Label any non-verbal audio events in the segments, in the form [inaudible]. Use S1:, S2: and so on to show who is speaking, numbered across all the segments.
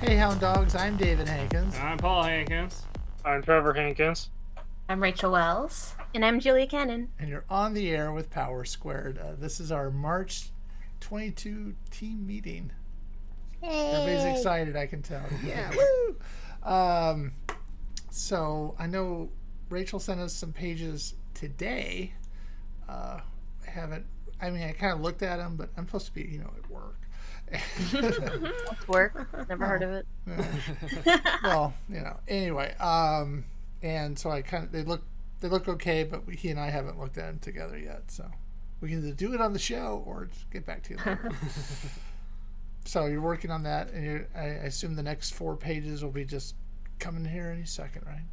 S1: Greyhound Dogs. I'm David Hankins.
S2: I'm Paul Hankins.
S3: I'm Trevor Hankins.
S4: I'm Rachel Wells.
S5: And I'm Julia Cannon.
S1: and you're on the air with Power Squared. Uh, this is our March 22 team meeting. Everybody's excited, I can tell. Yeah, [laughs] woo! Um, so I know Rachel sent us some pages today. Uh, I haven't. I mean, I kind of looked at them, but I'm supposed to be, you know, at work.
S4: [laughs]
S5: Work. Never heard of it.
S1: well, you know. Anyway, um, and so I kind of they look they look okay, but we, he and I haven't looked at them together yet. So we can either do it on the show or just get back to you
S4: [laughs]
S1: later. [laughs] so you're working on that, and you're, I I assume the next four pages will be just coming here any second, right?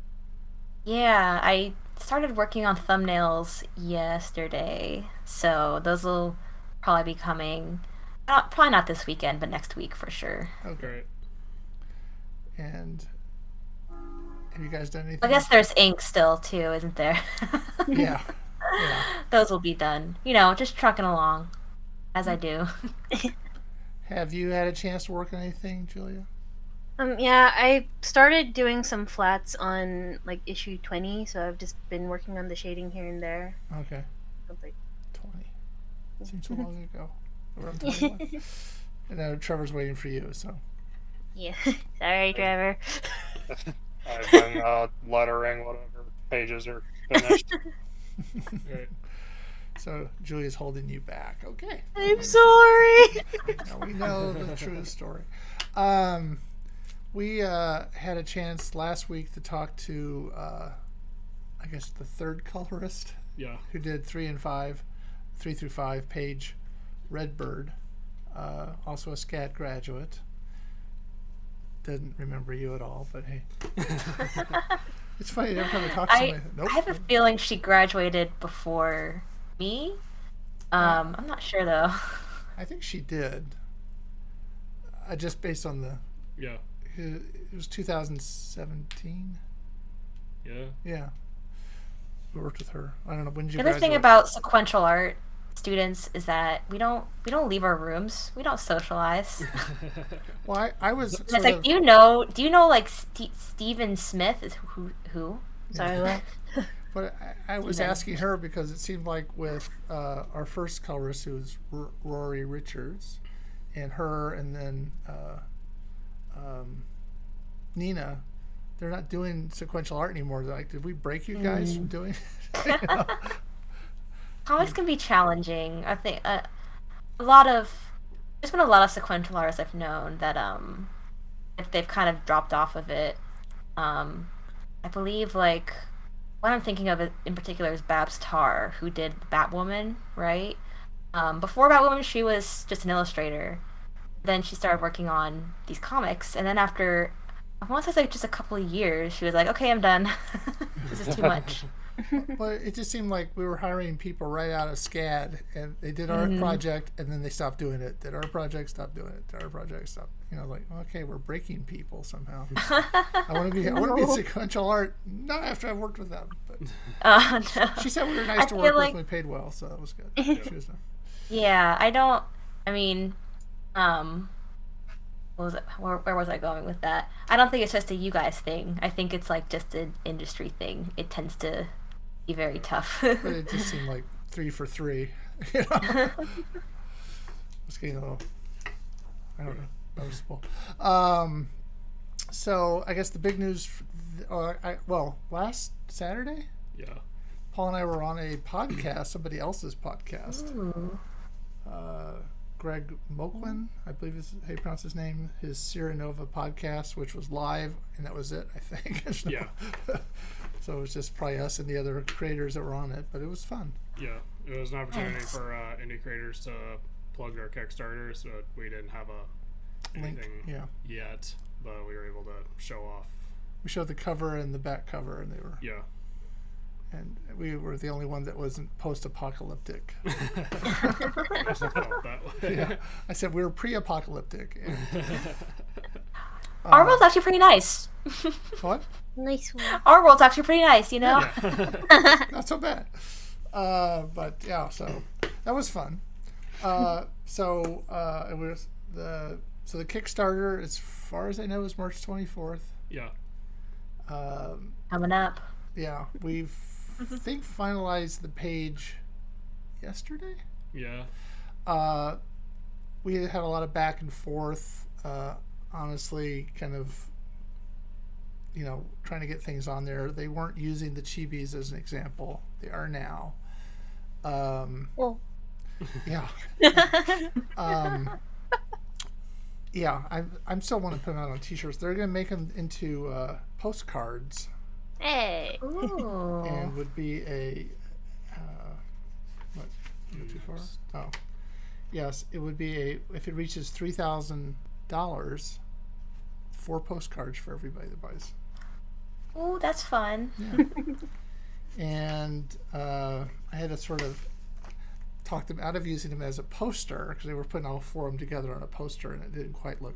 S4: Yeah, I started working on thumbnails yesterday, so those will probably be coming. Not, probably not this weekend, but next week for sure.
S1: Okay.
S2: Great.
S1: And have you guys done anything?
S4: I guess there's ink still too, isn't there? [laughs]
S5: [laughs]
S1: Yeah. yeah.
S4: those will be done. You know, just trucking along, as I
S5: [laughs]
S4: do.
S1: Have you had a chance to work on anything, Julia?
S5: Um, yeah, I started doing some flats on like issue 20, so I've just been working on the shading here and there.
S1: Okay.
S5: Something.
S1: 20. Seems so long ago. Around 21. and now Trevor's waiting for you, so.
S5: Yeah. [laughs] Sorry, Trevor.
S3: I've been uh, lettering whatever pages are finished.
S2: Great.
S1: So Julia's holding you back. Okay.
S5: I'm [laughs] sorry.
S1: Now we know the true story. Um, we uh, had a chance last week to talk to, uh, I guess, the third colorist
S2: [laughs] Yeah.
S1: who did three and five, three through five, Paige Redbird, uh, also a SCAD graduate. Didn't remember you at all, but
S4: [laughs]
S1: hey. it's funny, every time I talk to
S4: I-
S1: somebody, nope.
S4: I have a feeling she graduated before me. Um, I'm not sure though.
S1: I think she did. I just based on the
S2: Yeah.
S1: it was 2017.
S2: Yeah.
S1: Yeah, we worked with her. I don't know when did you.
S4: The other thing
S1: graduate?
S4: about sequential art students is that we don't we don't leave our rooms. We don't socialize. And
S1: well, I, I was sort
S4: it's like,
S1: of-
S4: do you know? Do you know like Ste Stephen Smith is who who? Sorry.
S1: but I, I was
S4: Steven.
S1: asking her because it seemed like with uh, our first colorist who was R- Rory Richards, and her, and then uh, um, Nina. They're not doing sequential art anymore. They're like, did we break you guys from doing? it? You know?
S4: Comics can be challenging. I think uh, a lot of there's been a lot of sequential artists I've known that um if they've kind of dropped off of it. Um, I believe like what I'm thinking of in particular is Babs Tarr, who did Batwoman, right? Um, before Batwoman, she was just an illustrator. Then she started working on these comics, and then after I want to say just a couple of years, she was like, "Okay, I'm done. [laughs] this is too much."
S1: Well, it just seemed like we were hiring people right out of SCAD, and they did
S4: Mm-hmm.
S1: our project, and then they stopped doing it. Did our project, stopped doing it. Did our project, stopped. You know, like okay, we're breaking people
S4: [laughs]
S1: somehow. I want to be, I want to be in sequential art, not after I've worked with them. But
S4: Uh, [laughs] no.
S1: she said we were nice to
S4: feel
S1: work
S4: like-
S1: with, and we paid well, so that was
S4: [laughs]
S1: good. She was nice.
S4: Yeah, I don't. I mean, um, what was it, where, where was I going with that? I don't think it's just a you guys thing. I think it's like just an industry thing. It tends to be very tough. [laughs]
S1: but it just seemed like three for three. [laughs] You know, it's getting a little, I don't know, noticeable. Um, so I guess the big news, f- th- uh, I, well, last Saturday,
S2: Yeah.
S1: Paul and I were on a podcast, somebody else's podcast. Uh, Greg Moquin, I believe is how you pronounce his name, his Sierra Nova podcast, which was live, and that was it, I think. [laughs] There's no-
S2: Yeah.
S1: so it was just probably us and the other creators that were on it, but it was fun.
S2: Yeah. It was an opportunity
S4: Nice.
S2: for uh, indie creators to plug their Kickstarters, but we didn't have a
S1: Link,
S2: anything
S1: yeah.
S2: yet. But we were able to show off.
S1: we showed the cover and the back cover, and they were
S2: Yeah.
S1: and we were the only one that wasn't post-apocalyptic.
S2: Just felt that way.
S1: yeah, I said we were pre-apocalyptic. [laughs] And,
S4: Our world's actually pretty nice.
S1: what?
S5: nice one.
S4: Our world's actually pretty nice, you know.
S1: Not so bad. Uh, but yeah, so that was fun. Uh, so uh, it was the so the Kickstarter, as far as I know, is March 24th.
S2: Yeah.
S1: Um, [laughs]
S4: Coming up.
S1: yeah, we've I think finalized the page yesterday.
S2: Yeah.
S1: Uh, we had a lot of back and forth. Uh, honestly, kind of, you know, trying to get things on there. They weren't using the chibis as an example. They are now. Um,
S5: Well.
S1: yeah. Um, yeah, I'm, I'm still want to put them out on T-shirts. They're going to make them into uh, postcards,
S5: hey.
S4: Ooh.
S1: and would be a. Uh, what? Go too far? Oh, yes. It would be a if it reaches three thousand dollars, four postcards for everybody that buys.
S4: Ooh, that's fun.
S1: and uh, I had to sort of talk them out of using them as a poster because they were putting all four of them together on a poster, and it didn't quite look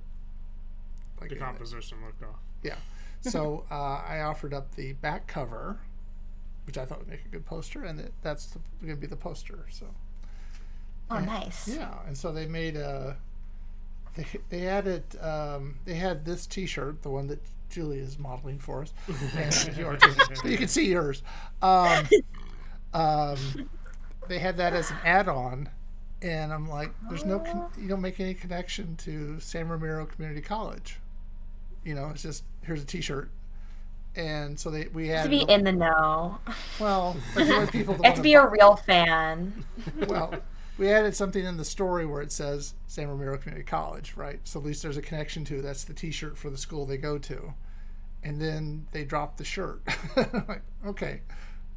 S1: like
S2: The
S1: it-
S2: composition looked off.
S1: Yeah. So uh, I offered up the back cover, which I thought would make a good poster, and it, that's going to be the poster. So
S4: Oh, nice.
S1: yeah, and so they made a. They, they added um, they had this T-shirt, the one that Julie is modeling for us, and [laughs] yours, but you can see yours. Um, um, they had that as an add-on, and I'm like, there's no con- you don't make any connection to San Ramiro Community College. You know, it's just here's a T-shirt, and so they we
S4: To
S1: added
S4: be
S1: a-
S4: in
S1: [laughs]
S4: the know.
S1: well, like, there were
S4: [laughs]
S1: people that
S4: And
S1: wanna
S4: to be a
S1: [laughs]
S4: real fan.
S1: well, we added something in the story where it says San Ramiro Community College, right? So at least there's a connection to that's the T-shirt for the school they go to, and then they dropped the shirt. [laughs] like, okay,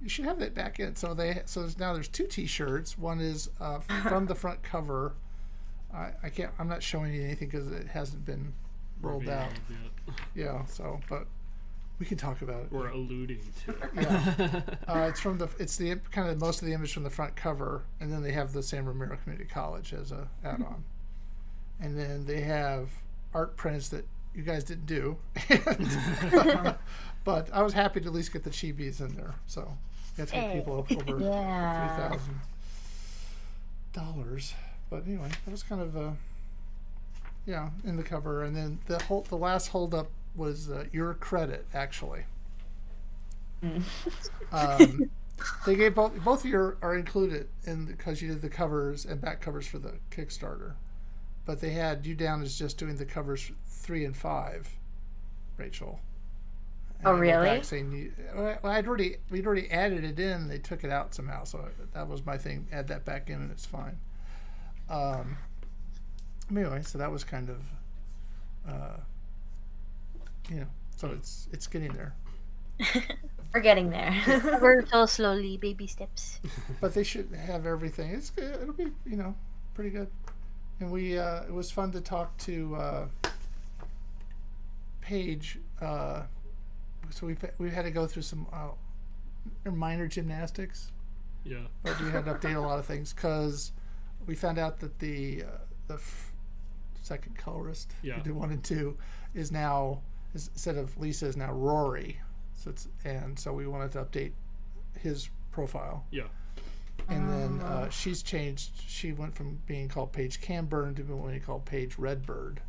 S1: you should have that back in. So they so there's- now there's two T-shirts. One is uh, from the front cover. I, I can't. I'm not showing you anything because it hasn't been rolled
S2: Revealed
S1: out.
S2: yet.
S1: Yeah. So, but we can talk about it.
S2: We're alluding to it.
S1: Uh, it's from the it's the kind of most of the image from the front cover, and then they have the San Ramiro Community College as a add-on, and then they have art prints that you guys didn't do, but I was happy to at least get the chibis in there. So that's what people up over three
S4: Yeah.
S1: thousand dollars. But anyway, that was kind of uh, yeah in the cover, and then the whole the last holdup was uh, your credit actually. um, they gave both both of your are included in because you did the covers and back covers for the Kickstarter, but they had you down as just doing the covers three and five, Rachel. And
S4: Oh,
S1: I went back
S4: really?
S1: Saying you, well, I'd already we'd already added it in. They took it out somehow, so that was my thing. Add that back in, and it's fine. Um, anyway, so that was kind of, uh, you know, so it's it's getting there.
S4: We're getting there.
S5: [laughs] We're so slowly, baby steps.
S1: but they should have everything. It's good. it'll be you know pretty good. And we uh, it was fun to talk to uh, Paige. Uh, so we we had to go through some uh, minor gymnastics,
S2: Yeah.
S1: but we had to update a lot of things because we found out that the uh, the f- second colorist who
S2: Yeah.
S1: did one and two is now is, instead of Lisa is now Rory. So it's and so we wanted to update his profile
S2: Yeah.
S1: and then uh, she's changed. She went from being called Paige Camburn to being called Paige Redbird.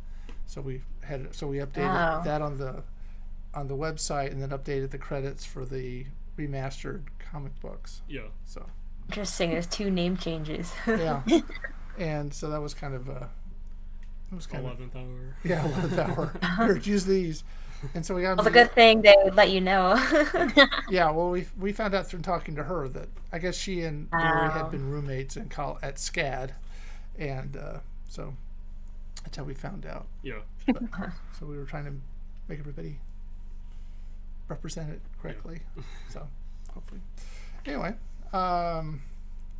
S1: So we had so we updated
S4: Oh.
S1: that on the on the website, and then updated the credits for the remastered comic books.
S2: Yeah.
S1: So
S4: [laughs] Interesting. There's two name changes. [laughs]
S1: yeah, [laughs] and so that was kind of a it was kind of
S2: Eleventh hour.
S1: yeah eleventh hour. Here, use these, and so we got
S4: It was a
S1: them-
S4: good thing they would let you know. [laughs]
S1: Yeah, well, we we found out through talking to her that I guess she and Rory
S4: Wow.
S1: had been roommates in col- at SCAD, and uh, so that's how we found out.
S2: Yeah.
S1: So we were trying to make everybody represent it correctly. so hopefully, anyway, um,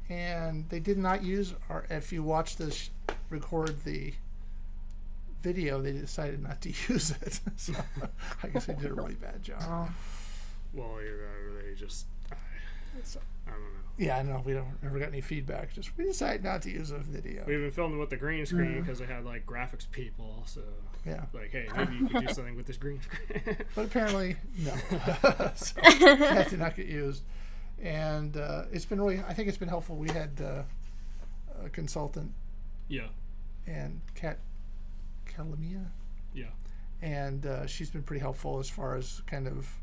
S1: and they did not use our. If you watch this, record the video, they decided not to [laughs] use it. so I guess they did a really bad job.
S2: Well, either they just. I, I don't know.
S1: Yeah, I know. We don't ever got any feedback. Just we decided not to use a video.
S2: We even filmed with the green screen because they had like graphics people. So
S1: Yeah,
S2: like, hey, maybe
S1: [laughs]
S2: you could do something with this green screen. [laughs]
S1: but apparently no, [laughs] so, that did not get used. And uh, it's been really. I think it's been helpful. We had uh, a consultant
S2: yeah.
S1: and Kat Kalamia,
S2: Yeah.
S1: and uh, she's been pretty helpful as far as kind of,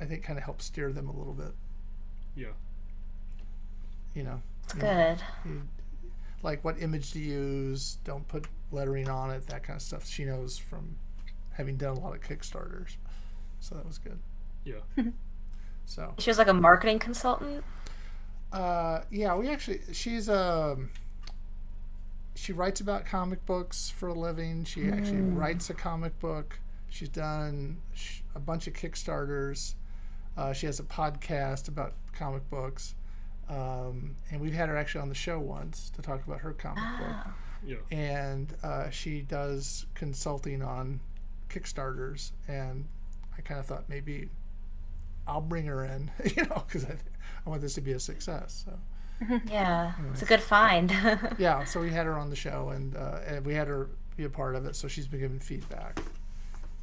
S1: I think, kind of help steer them a little bit.
S2: Yeah.
S1: You know,
S4: It's
S1: Yeah.
S4: good.
S1: you- like what image to use, don't put lettering on it, that kind of stuff. She knows from having done a lot of Kickstarters, so that was good.
S2: Yeah.
S1: So
S4: She was like a marketing consultant.
S1: uh, yeah, we actually she's um she writes about comic books for a living. She actually writes a comic book. She's done sh- a bunch of Kickstarters. Uh, she has a podcast about comic books, um, and we've had her actually on the show once to talk about her comic book.
S2: Yeah.
S1: And uh, she does consulting on Kickstarters, and I kind of thought maybe I'll bring her in, [laughs] you know, because I, I want this to be a success. So
S4: Yeah, it's a good find. [laughs]
S1: yeah, so we had her on the show, and uh, and we had her be a part of it. So she's been giving feedback.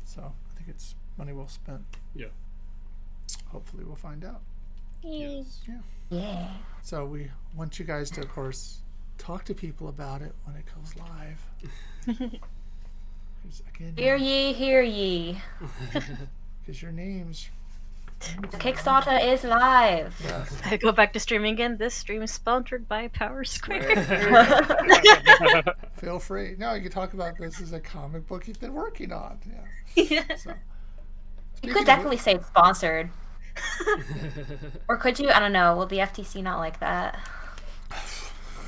S1: So I think it's money well spent.
S2: Yeah.
S1: Hopefully, we'll find out.
S2: Yes.
S4: yeah.
S1: So we want you guys to, of course, talk to people about it when it goes live. 'Cause again,
S4: Hear ye, hear ye.
S1: because your names.
S4: The Kickstarter is live.
S5: I go back to streaming again. This stream is sponsored by Power [laughs] Square.
S1: Feel free. No, you can talk about this as a comic book you've been working on. Yeah. So.
S4: You
S1: Speaking
S4: could
S1: of-
S4: definitely say it's sponsored. or could you? I don't know. Will the FTC not like that?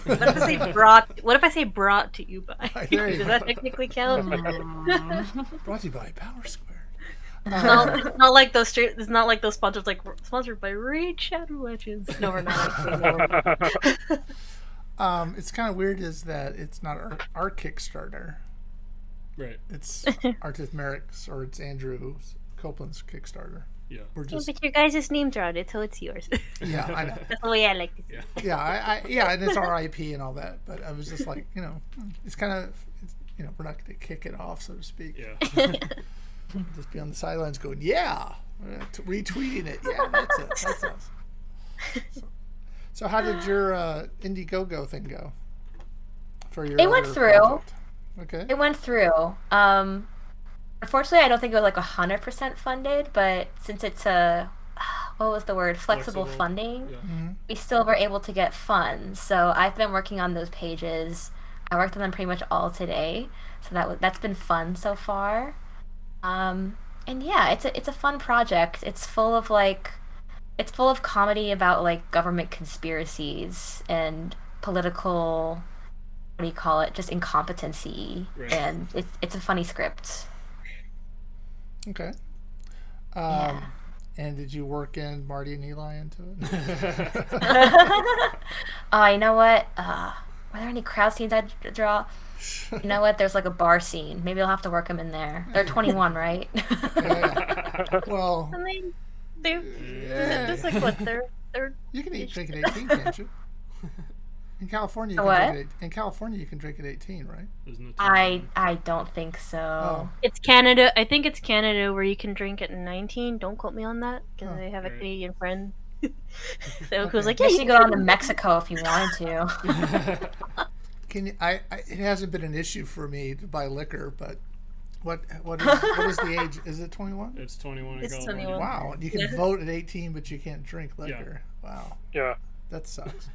S5: what if I say brought? What if I say brought to you by?
S1: There you
S5: [laughs] Does
S1: go.
S5: that technically count?
S1: Brought to you by Power Square.
S4: [laughs]
S5: Well, it's not like those. Stream- it's not like those sponsors like sponsored by Raid Shadow Legends. No, we're not.
S1: Um, it's kind of weird is that it's not our, our Kickstarter.
S2: [laughs] Right.
S4: [laughs]
S1: It's Artist Merrick's or it's Andrew Copeland's Kickstarter.
S2: Yeah.
S1: We're just
S5: but your guys' names are on it, so it's yours. [laughs]
S1: yeah, I
S4: [laughs]
S1: know.
S5: That's the way I like to see.
S2: Yeah.
S1: Yeah, I, I yeah, and it's our IP and all that. But I was just like, you know, it's kind of it's, you know we're not going to kick it off, so to speak.
S2: Yeah.
S1: Just be on the sidelines going, yeah, uh, t- retweeting it. Yeah, that's it. That's us. So, so how did your uh, Indiegogo thing go? For your
S4: It went
S1: other
S4: through.
S1: project? Okay.
S4: It went through. Um, unfortunately, I don't think it was like hundred percent funded, but since it's a what was the word flexible,
S2: Flexible,
S4: funding,
S2: yeah.
S4: we still were able to get funds. So I've been working on those pages. I worked on them pretty much all today, so that was that's been fun so far. Um, and yeah, it's a it's a fun project. It's full of like it's full of comedy about like government conspiracies and political what do you call it just incompetency
S2: Right.
S4: and it's it's a funny script
S1: Okay. Um,
S4: Yeah.
S1: And did you work in Marty and Eli into it?
S4: [laughs]
S1: [laughs]
S4: oh you know what uh were there any crowd scenes i'd d- draw you know what there's like a bar scene maybe i'll have to work them in there they're 21 right
S1: Mm. Yeah. Well,
S4: Um,
S5: I mean, they're
S1: yeah.
S5: just like what they're they're
S1: you can eat,
S4: [laughs]
S1: drink at 18, can't you? In California, you
S4: A
S1: can
S4: what?
S1: drink at eight- in California you can drink at 18, right?
S2: Isn't it
S4: [laughs] i i don't think
S1: Oh.
S4: so
S5: It's Canada. I think it's Canada where you can drink at 19. Don't quote me on that because
S1: Huh.
S5: I have a
S2: Right.
S5: Canadian [laughs] friend. so who was like, yeah,
S4: you
S5: you [laughs]
S4: should go down to mexico if you wanted to [laughs]
S1: Can you, I, I? It hasn't been an issue for me to buy liquor, but what what is, what is the age? Is it 21?
S2: [laughs] It's 21 in
S5: It's
S2: California.
S5: 21.
S1: Wow, you can vote at 18, but you can't drink liquor. Wow,
S3: yeah.
S1: that sucks.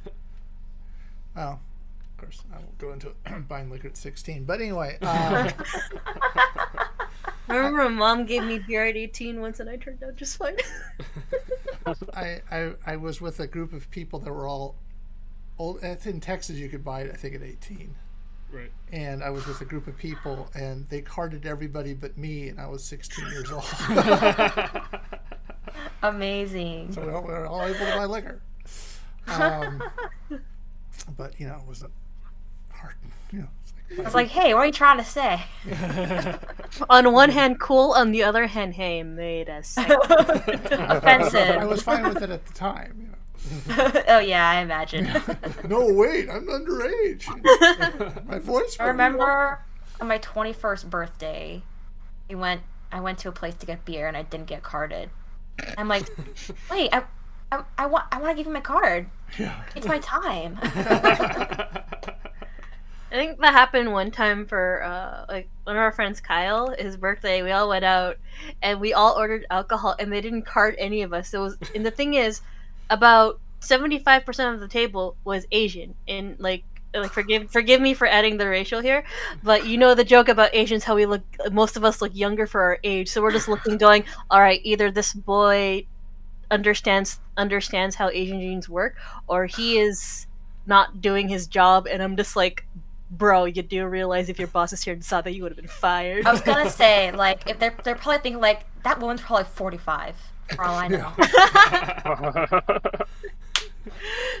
S1: Well, of course, I won't go into [clears throat] it, buying liquor at 16. But anyway. Um,
S5: remember when mom gave me beer at 18 once and I turned out just fine.
S1: I, I I was with a group of people that were all old. In Texas, you could buy it, I think, at eighteen.
S5: [laughs]
S2: Right. [laughs]
S1: And I was with a group of people, and they carded everybody but me, and I was sixteen years old. [laughs] so
S4: amazing
S1: [laughs] we all- we were all able to buy liquor. Um, but you know, it was a hard. You know, it's
S4: I
S1: like,
S4: was like, hey, what are you trying to say?
S5: [laughs]
S4: [laughs]
S5: on
S2: Mm.
S5: one hand, cool. On the other hand, hey, made us. [laughs]
S1: I
S4: Offensive.
S1: was fine with it at the time. You know.
S4: [laughs] oh, yeah, I imagine.
S1: [laughs] No, wait, I'm
S5: [laughs]
S1: underage. My voice.
S4: I remember on my 21st birthday, we went. I went to a place to get beer and I didn't get carded. I'm like, wait, I, I, I want, I want to give you my card.
S1: Yeah.
S4: It's my time.
S5: I think that happened one time for uh, like one of our friends Kyle, his birthday, we all went out and we all ordered alcohol and they didn't card any of us. So it was, and the thing is, about seventy five percent of the table was Asian and like like forgive forgive me for adding the racial here, but you know the joke about Asians how we look most of us look younger for our age. So we're just looking going, all right, either this boy understands understands how Asian genes work or he is not doing his job and I'm just like Bro, you do realize if your boss is here and saw that you would have been fired.
S4: I was gonna say, like, if they're they're probably thinking like that woman's probably forty five, for all I know.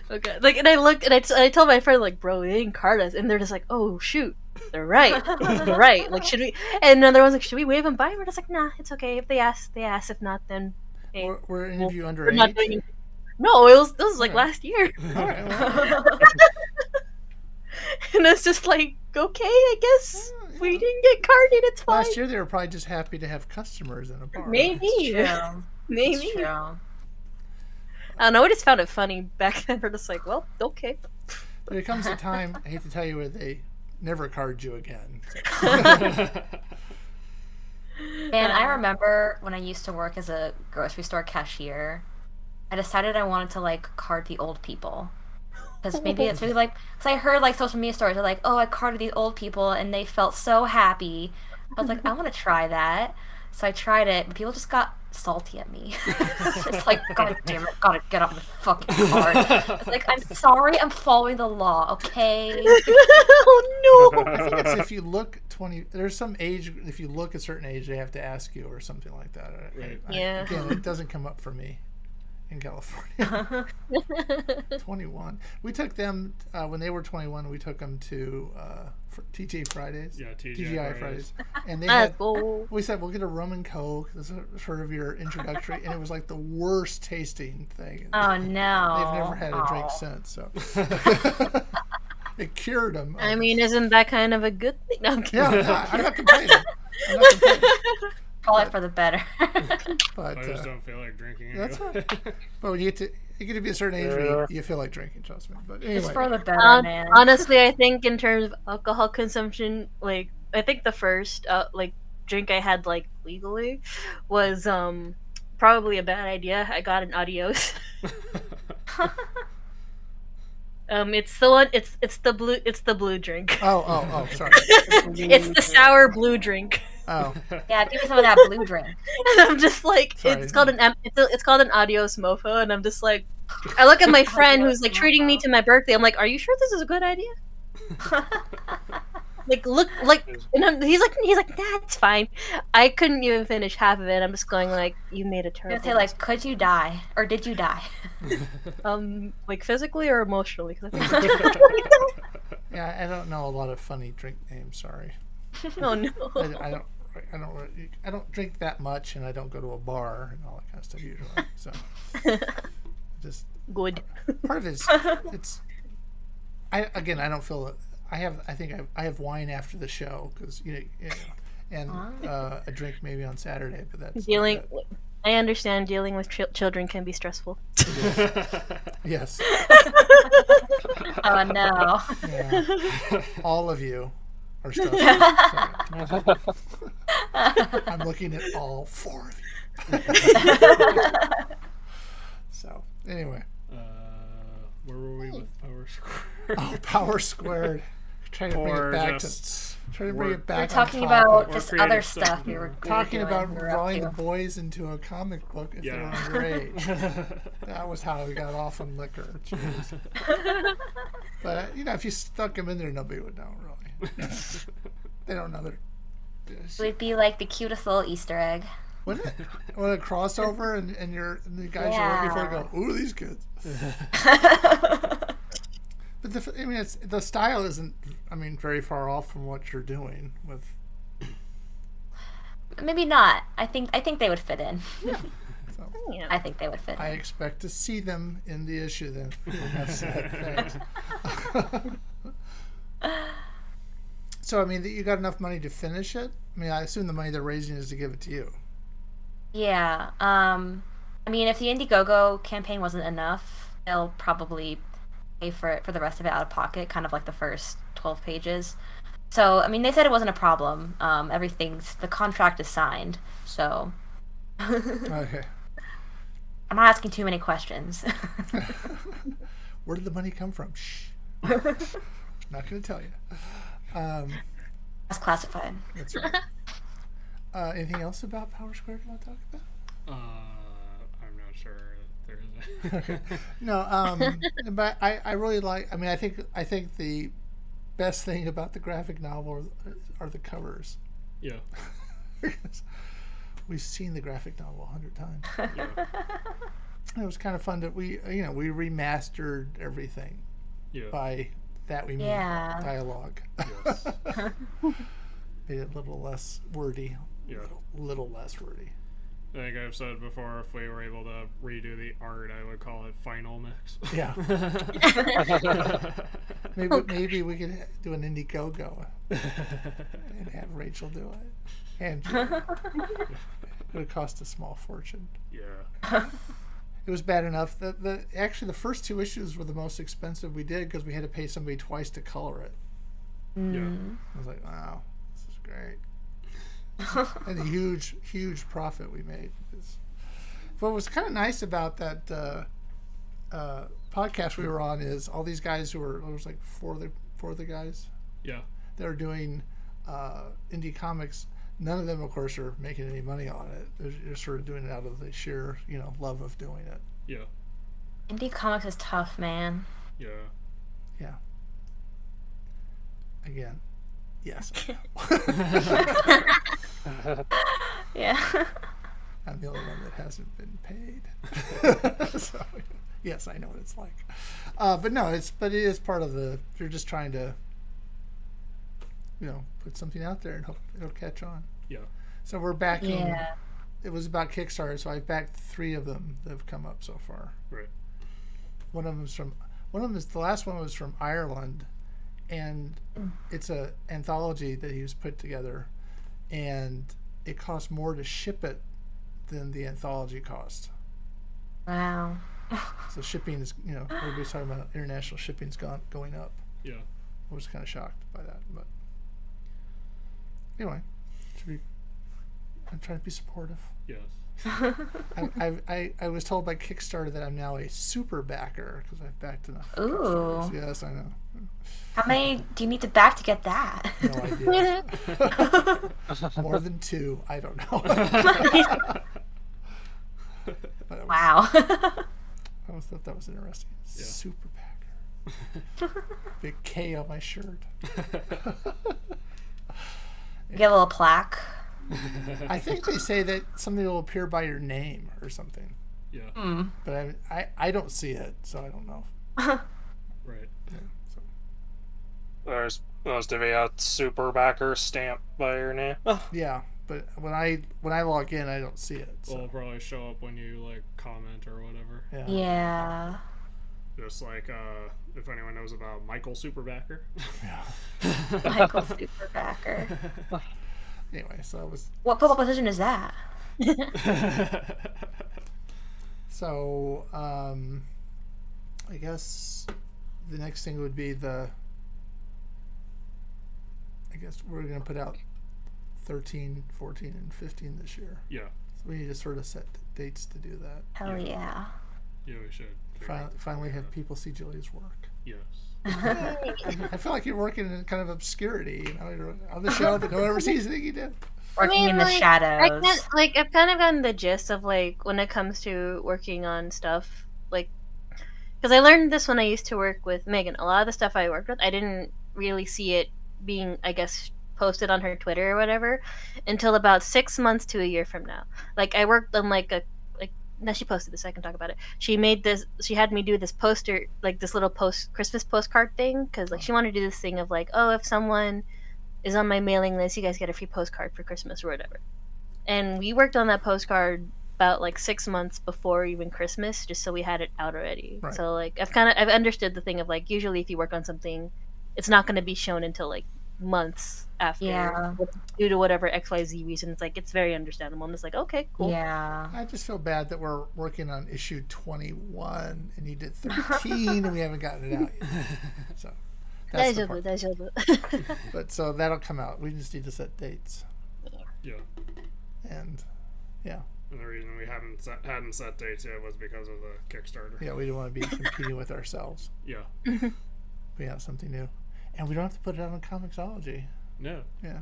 S5: okay. Like, and I looked and I, t- I told my friend, like, bro, they didn't card us. And they're just like, oh, shoot. They're right.
S4: [laughs]
S5: They're right. Like, should we? And another one's like, should we wave them by? And we're just like, nah, it's okay. If they ask, they ask. If not, then. hey,
S1: Were, were any
S5: we'll-
S1: of you
S5: we're not doing
S1: underage?
S5: it." No, it was, this was like
S1: Alright.
S5: last year. [laughs]
S1: All right,
S4: [laughs]
S1: well,
S5: And it's just like, okay, I guess we didn't get carded. It's fine.
S1: last year they were probably just happy to have customers in a bar.
S5: [laughs] Maybe.
S4: True. It's
S5: Maybe.
S4: true.
S5: I don't know. I just found it funny back then. [laughs] We're just like, well,
S4: [laughs]
S5: okay. [laughs]
S1: But it comes a time, I hate to tell you, where they never card you again. So,
S4: And
S1: Uh-huh.
S4: I remember when I used to work as a grocery store cashier, I decided I wanted to like card the old people.
S1: [laughs]
S4: Because maybe it's really like, because I heard like social media stories are like, oh, I carded these old people and they felt so happy. I was like, I
S1: [laughs]
S4: want to try that. So I tried it, but people just got salty at me. [laughs] it's
S1: [laughs]
S4: just like, God damn it, gotta get off my fucking card. It's like,
S1: [laughs]
S4: I'm sorry, I'm following the law, okay?
S5: oh,
S4: [laughs]
S5: no.
S1: I think
S2: [laughs]
S1: it's if you look 20, there's some age, if you look a certain age, they have to ask you or something like that. I- I-
S2: Right.
S1: I-
S5: Yeah.
S1: again, it doesn't come up for me in
S5: [laughs]
S1: California.
S5: Uh-huh.
S1: 21. We took them, uh, when they were 21, we took them to uh, fr- TJ Fridays.
S2: Yeah, TGI
S1: TGI Fridays.
S2: Fridays.
S1: And
S5: [laughs]
S1: they
S5: Ah,
S1: had,
S4: [laughs]
S5: cool.
S1: we said we'll get a rum and coke. This is sort of your introductory, and it was like the worst tasting thing.
S4: Oh no.
S1: They've never had a drink
S4: Aw.
S1: since,
S2: [laughs]
S1: so [laughs] it cured them.
S5: I mean, isn't that kind of a good thing? [laughs] No, I'm kidding.
S1: yeah, no, I'm not complaining. I'm not complaining.
S4: Probably for the better. [laughs]
S1: But,
S2: I just
S1: uh,
S2: don't feel like drinking.
S1: that's
S2: anyway.
S1: but when you get to you get to be a certain age, where you, you feel like drinking. Trust me. But anyway,
S4: it's for the better,
S1: Um,
S5: Hon-
S4: man.
S5: honestly, I think in terms of alcohol consumption, like I think the first uh, like drink I had like legally was um probably a bad idea. I got an Adios. um, it's the one. It's it's the blue. It's the blue drink.
S1: oh oh oh, sorry.
S5: it's
S2: [laughs]
S5: the sour blue drink. [laughs]
S1: Oh,
S4: Yeah, give me some of that [laughs] blue drink.
S5: and I'm just like,
S1: Sorry.
S5: it's called an am- it's, a, it's called an adios mofo, and I'm just like, I look at my friend who's like treating me to my birthday. I'm like, are you sure this is a good idea? like, look, like, and I'm- he's like, he's like, that's fine. I couldn't even finish half of it. I'm just going like, you made a
S4: I'm
S5: terrible.
S4: gonna say like, could you die or did you die?
S5: um, like physically or emotionally? 'Cause I [laughs]
S1: yeah. I don't know a lot of funny drink names. Sorry.
S5: think, oh no.
S1: I, I don't. I don't. really- I don't drink that much, and I don't go to a bar and all that kind of stuff usually. So, just
S5: Good.
S1: part of it is it's I again I don't feel I have I think I, I have wine after the show because you know, you know, and uh, a drink maybe on Saturday but that's
S5: Dealing. I understand dealing with chil children can be [laughs] stressful.
S1: yes
S4: Oh no.
S1: yeah. all of you
S4: [laughs]
S1: are stuff Sorry. I'm looking at all four of you
S4: [laughs]
S1: so anyway
S2: uh, where were we with Power [laughs] Square?
S1: oh, power squared trying to bring it
S2: Or
S1: back to
S2: just
S1: trying to bring
S2: work.
S1: it
S4: We're
S1: back on
S4: talking
S1: topic.
S4: about
S2: Or
S4: this
S2: creative
S4: other
S2: stuff.
S4: stuff we were we were
S1: talking
S4: doing,
S1: about
S4: we were up
S1: drawing the
S4: to.
S1: boys into a comic book if
S2: Yeah.
S1: they were underage. that was how we got off on
S4: [laughs]
S1: liquor. Jeez. but you know, if you stuck them in there, nobody would know really.
S4: [laughs]
S1: they don't know they're.
S4: It would be like the cutest little Easter egg.
S1: Wouldn't it? When a crossover and, and you're and the guys you're
S4: Yeah.
S1: working for go, ooh, these kids. But the, f- I mean, it's the style isn't. I mean, very far off from what you're doing with.
S4: Maybe not. I think I think they would fit [laughs] in.
S1: So.
S5: Yeah.
S4: I think they would fit
S1: I
S4: in.
S1: expect to see them in the issue then. Enough said. Thanks. [laughs] so, I mean, you got enough money to finish it? I mean, I assume the money they're raising is to give it to you.
S4: Yeah. Um I mean if the Indiegogo campaign wasn't enough, they'll probably pay for it for the rest of it out of pocket, kind of like the first twelve pages. So I mean, they said it wasn't a problem. Um, everything's the contract is signed. So I'm
S1: Okay.
S4: not asking too many questions. [laughs]
S1: Where did the money come from? Shh. Not going to tell you. Um,
S4: That's classified.
S1: that's [laughs] right. Uh, anything else about Power Square you want to talk about?
S2: Uh, I'm not sure. if There's
S1: Okay. No, um, [laughs] but I, I really like. I mean, I think I think the best thing about the graphic novel are, are the covers.
S2: [laughs]
S1: [laughs]
S2: yeah.
S1: We've seen the graphic novel a hundred times.
S2: Yeah.
S1: And It was kind of fun that we, you know, we remastered everything.
S2: Yeah.
S1: By that we mean
S4: Yeah.
S1: dialogue. [laughs]
S2: Yes.
S1: Made it a little less wordy.
S2: Yeah.
S1: little less wordy.
S2: I think I've said before, if we were able to redo the art, I would call it final mix.
S1: Yeah. Maybe maybe we could ha- do an Indiegogo and have Rachel do it. And it would cost a small fortune.
S2: yeah.
S1: It was bad enough that the actually the first two issues were the most expensive we did because we had to pay somebody twice to color it.
S4: Mm.
S1: I was like, wow, this is great. and the huge, huge profit we made. Is... What was kind of nice about that uh, uh, podcast we were on is all these guys who were, it was like four of the, four of the guys
S2: Yeah.
S1: that are doing uh, indie comics. None of them, of course, are making any money on it. They're, they're sort of doing it out of the sheer, you know, love of doing it.
S2: Yeah.
S4: Indie comics is tough, man.
S2: Yeah.
S1: Again, yes, [laughs]
S4: Yeah.
S1: I'm the only one that hasn't been paid. [laughs] so, yes, I know what it's like. Uh, but no, it's but it is part of the. You're just trying to, you know, put something out there and hope it'll catch on.
S2: Yeah.
S1: So we're backing.
S4: [laughs] yeah.
S1: It was about Kickstarter, so I backed three of them that have come up so far.
S2: Right.
S1: One of them's from. One of them is the last one was from Ireland, and it's a anthology that he was put together, and it costs more to ship it than the anthology cost.
S4: Wow.
S1: So shipping is, you know, everybody's talking about international shipping's gone going up.
S2: Yeah.
S1: I was kind of shocked by that, but anyway, should be. I'm trying to be supportive.
S2: Yes.
S1: I, I, I, I was told by Kickstarter that I'm now a super backer because I've backed enough.
S4: Ooh.
S1: Yes, I know.
S4: How many do you need to back to get that?
S1: No idea. More than two. I don't know. But that was-
S4: [laughs] wow. [laughs]
S1: I always thought that was interesting.
S2: Yeah.
S1: Super Packer. Big K on my shirt.
S4: get a little plaque.
S1: I think they say that something will appear by your name or something,
S2: Yeah.
S4: Hmm.
S1: but I, I, I don't see it, so I don't know.
S2: Right.
S1: Yeah, so.
S3: There's supposed to be a super backer stamp by your name.
S1: yeah, but when I when I log in, I don't see it.
S2: It'll
S1: So.
S2: probably show up when you like comment or whatever.
S1: Yeah.
S4: Yeah.
S2: Just like uh, if anyone knows about Michael [laughs] Superbacker.
S4: Michael Superbacker.
S1: Anyway, so that was
S4: What pop-up position is that?
S1: so. Um, I guess the next thing would be the. I guess we're gonna put out 13, 14, and 15 this year.
S2: yeah.
S1: So we need to sort of set dates to do that.
S4: Hell yeah.
S2: Yeah, we should. figure
S1: Fin-
S2: out-
S1: finally have people see Julia's work.
S2: Yes.
S1: I feel like you're working in kind of obscurity, you know, you're on the show, but no one ever sees anything you do.
S4: Working
S5: mean,
S4: in the
S5: like, I
S4: shadows.
S5: can like I've kind of gotten the gist of like when it comes to working on stuff like because I learned this when I used to work with Megan. A lot of the stuff I worked with, I didn't really see it being, I guess, posted on her Twitter or whatever until about six months to a year from now. Like I worked on like a like no, she posted this. I can talk about it. She made this. She had me do this poster, like this little post Christmas postcard thing, because like she wanted to do this thing of like, oh, if someone is on my mailing list, you guys get a free postcard for Christmas or whatever and we worked on that postcard about like six months before even christmas just so we had it out already
S1: Right.
S5: so like i've kind of i've understood the thing of like usually if you work on something it's not going to be shown until like months after
S4: Yeah.
S5: due to whatever xyz reason it's like it's very understandable i'm just like okay cool
S4: Yeah.
S1: I just feel bad that we're working on issue 21 and you did 13 and we haven't gotten it out yet. So That's the
S5: 大丈
S1: part.
S5: 夫、大丈夫。
S1: But so that'll come out. We just need to set dates.
S2: Yeah.
S1: And yeah,
S2: And the reason we haven't set, hadn't set dates yet was because of the Kickstarter.
S1: yeah, we don't want to be competing with ourselves.
S2: Yeah.
S1: We have something new, and we don't have to put it out on Comixology.
S2: No.
S1: Yeah,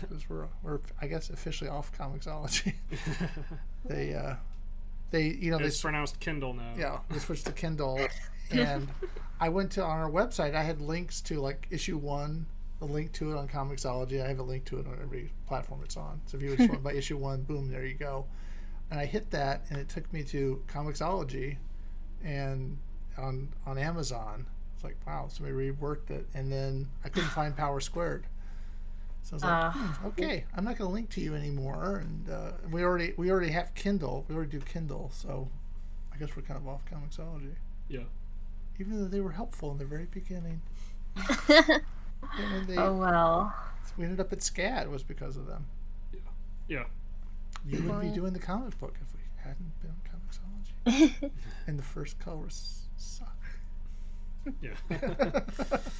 S1: because we're we're I guess officially off Comixology. [laughs] they uh, they you know they
S2: It's pronounced Kindle now.
S1: yeah they switched to Kindle, and I went to on our website. I had links to like issue one, a link to it on Comixology. I have a link to it on every platform it's on. So if you just went by issue one, boom, there you go. And I hit that, and it took me to Comixology, and on on Amazon. It's like wow, somebody reworked it, and then I couldn't find Power Squared. So I was like, hmm,
S4: Uh,
S1: okay, I'm not going to link to you anymore. And uh, we already we already have Kindle. We already do Kindle, so I guess we're kind of off Comixology.
S2: Yeah.
S1: Even though they were helpful in the very beginning. And when they,
S4: oh well.
S1: We ended up at SCAD was because of them.
S2: Yeah.
S1: You would be doing the comic book if we hadn't been on Comixology. and the first colors suck.
S2: Yeah.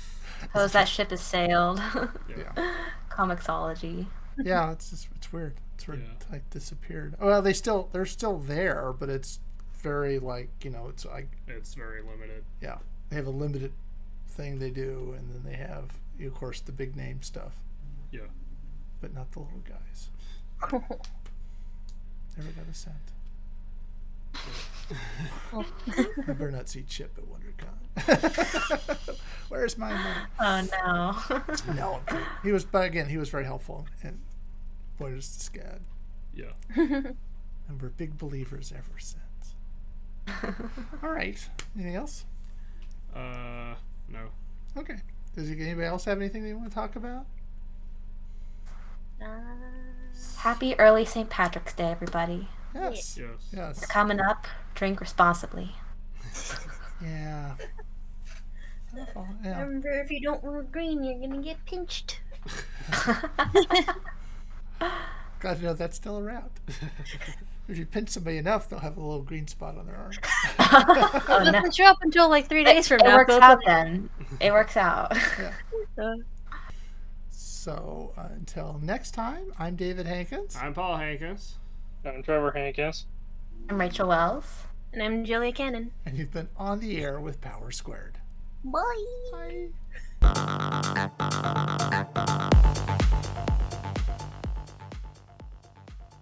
S2: [laughs]
S4: Suppose that ship has sailed.
S1: Yeah.
S4: [laughs] Comixology.
S1: yeah, it's just it's weird. It's weird.
S2: Yeah.
S1: Like disappeared. Well, they still they're still there, but it's very like you know it's like
S2: it's very limited.
S1: yeah they have a limited thing they do and then they have of course the big name stuff
S2: Yeah.
S1: but not the little guys [laughs]
S5: [laughs]
S1: never got a cent Remember not see Chip at WonderCon. [laughs] Where's my money?
S4: Oh
S5: [laughs]
S4: no.
S1: No, I'm kidding. he was. But again, he was very helpful and pointed us to SCAD,
S2: Yeah.
S1: and we're big believers ever since. All right. Anything else?
S2: Uh, no.
S1: Okay. Does anybody else have anything they want to talk about?
S4: Happy early St. Patrick's Day, everybody.
S1: Yes.
S2: Yes.
S1: Yes.
S4: Coming up, drink
S5: [laughs]
S4: responsibly. [laughs]
S1: Yeah. Awful, yeah.
S5: Remember, if you don't wear green, you're gonna get pinched.
S4: Oh,
S1: Glad to know that's still around. [laughs] if you pinch somebody enough, they'll have a little green spot on their arm.
S4: Oh no.
S5: Doesn't show up until like three days from
S4: It
S5: now. [laughs]
S4: works
S5: so
S4: out then. It works out. [laughs]
S5: it's, uh,
S1: So uh, until next time, I'm David Hankins.
S2: [laughs] I'm Paul Hankins.
S3: I'm Trevor Hankins.
S4: I'm Rachel Wells.
S5: And I'm Julia Cannon.
S1: And you've been on the air with Power Squared.
S5: Bye.
S1: Bye.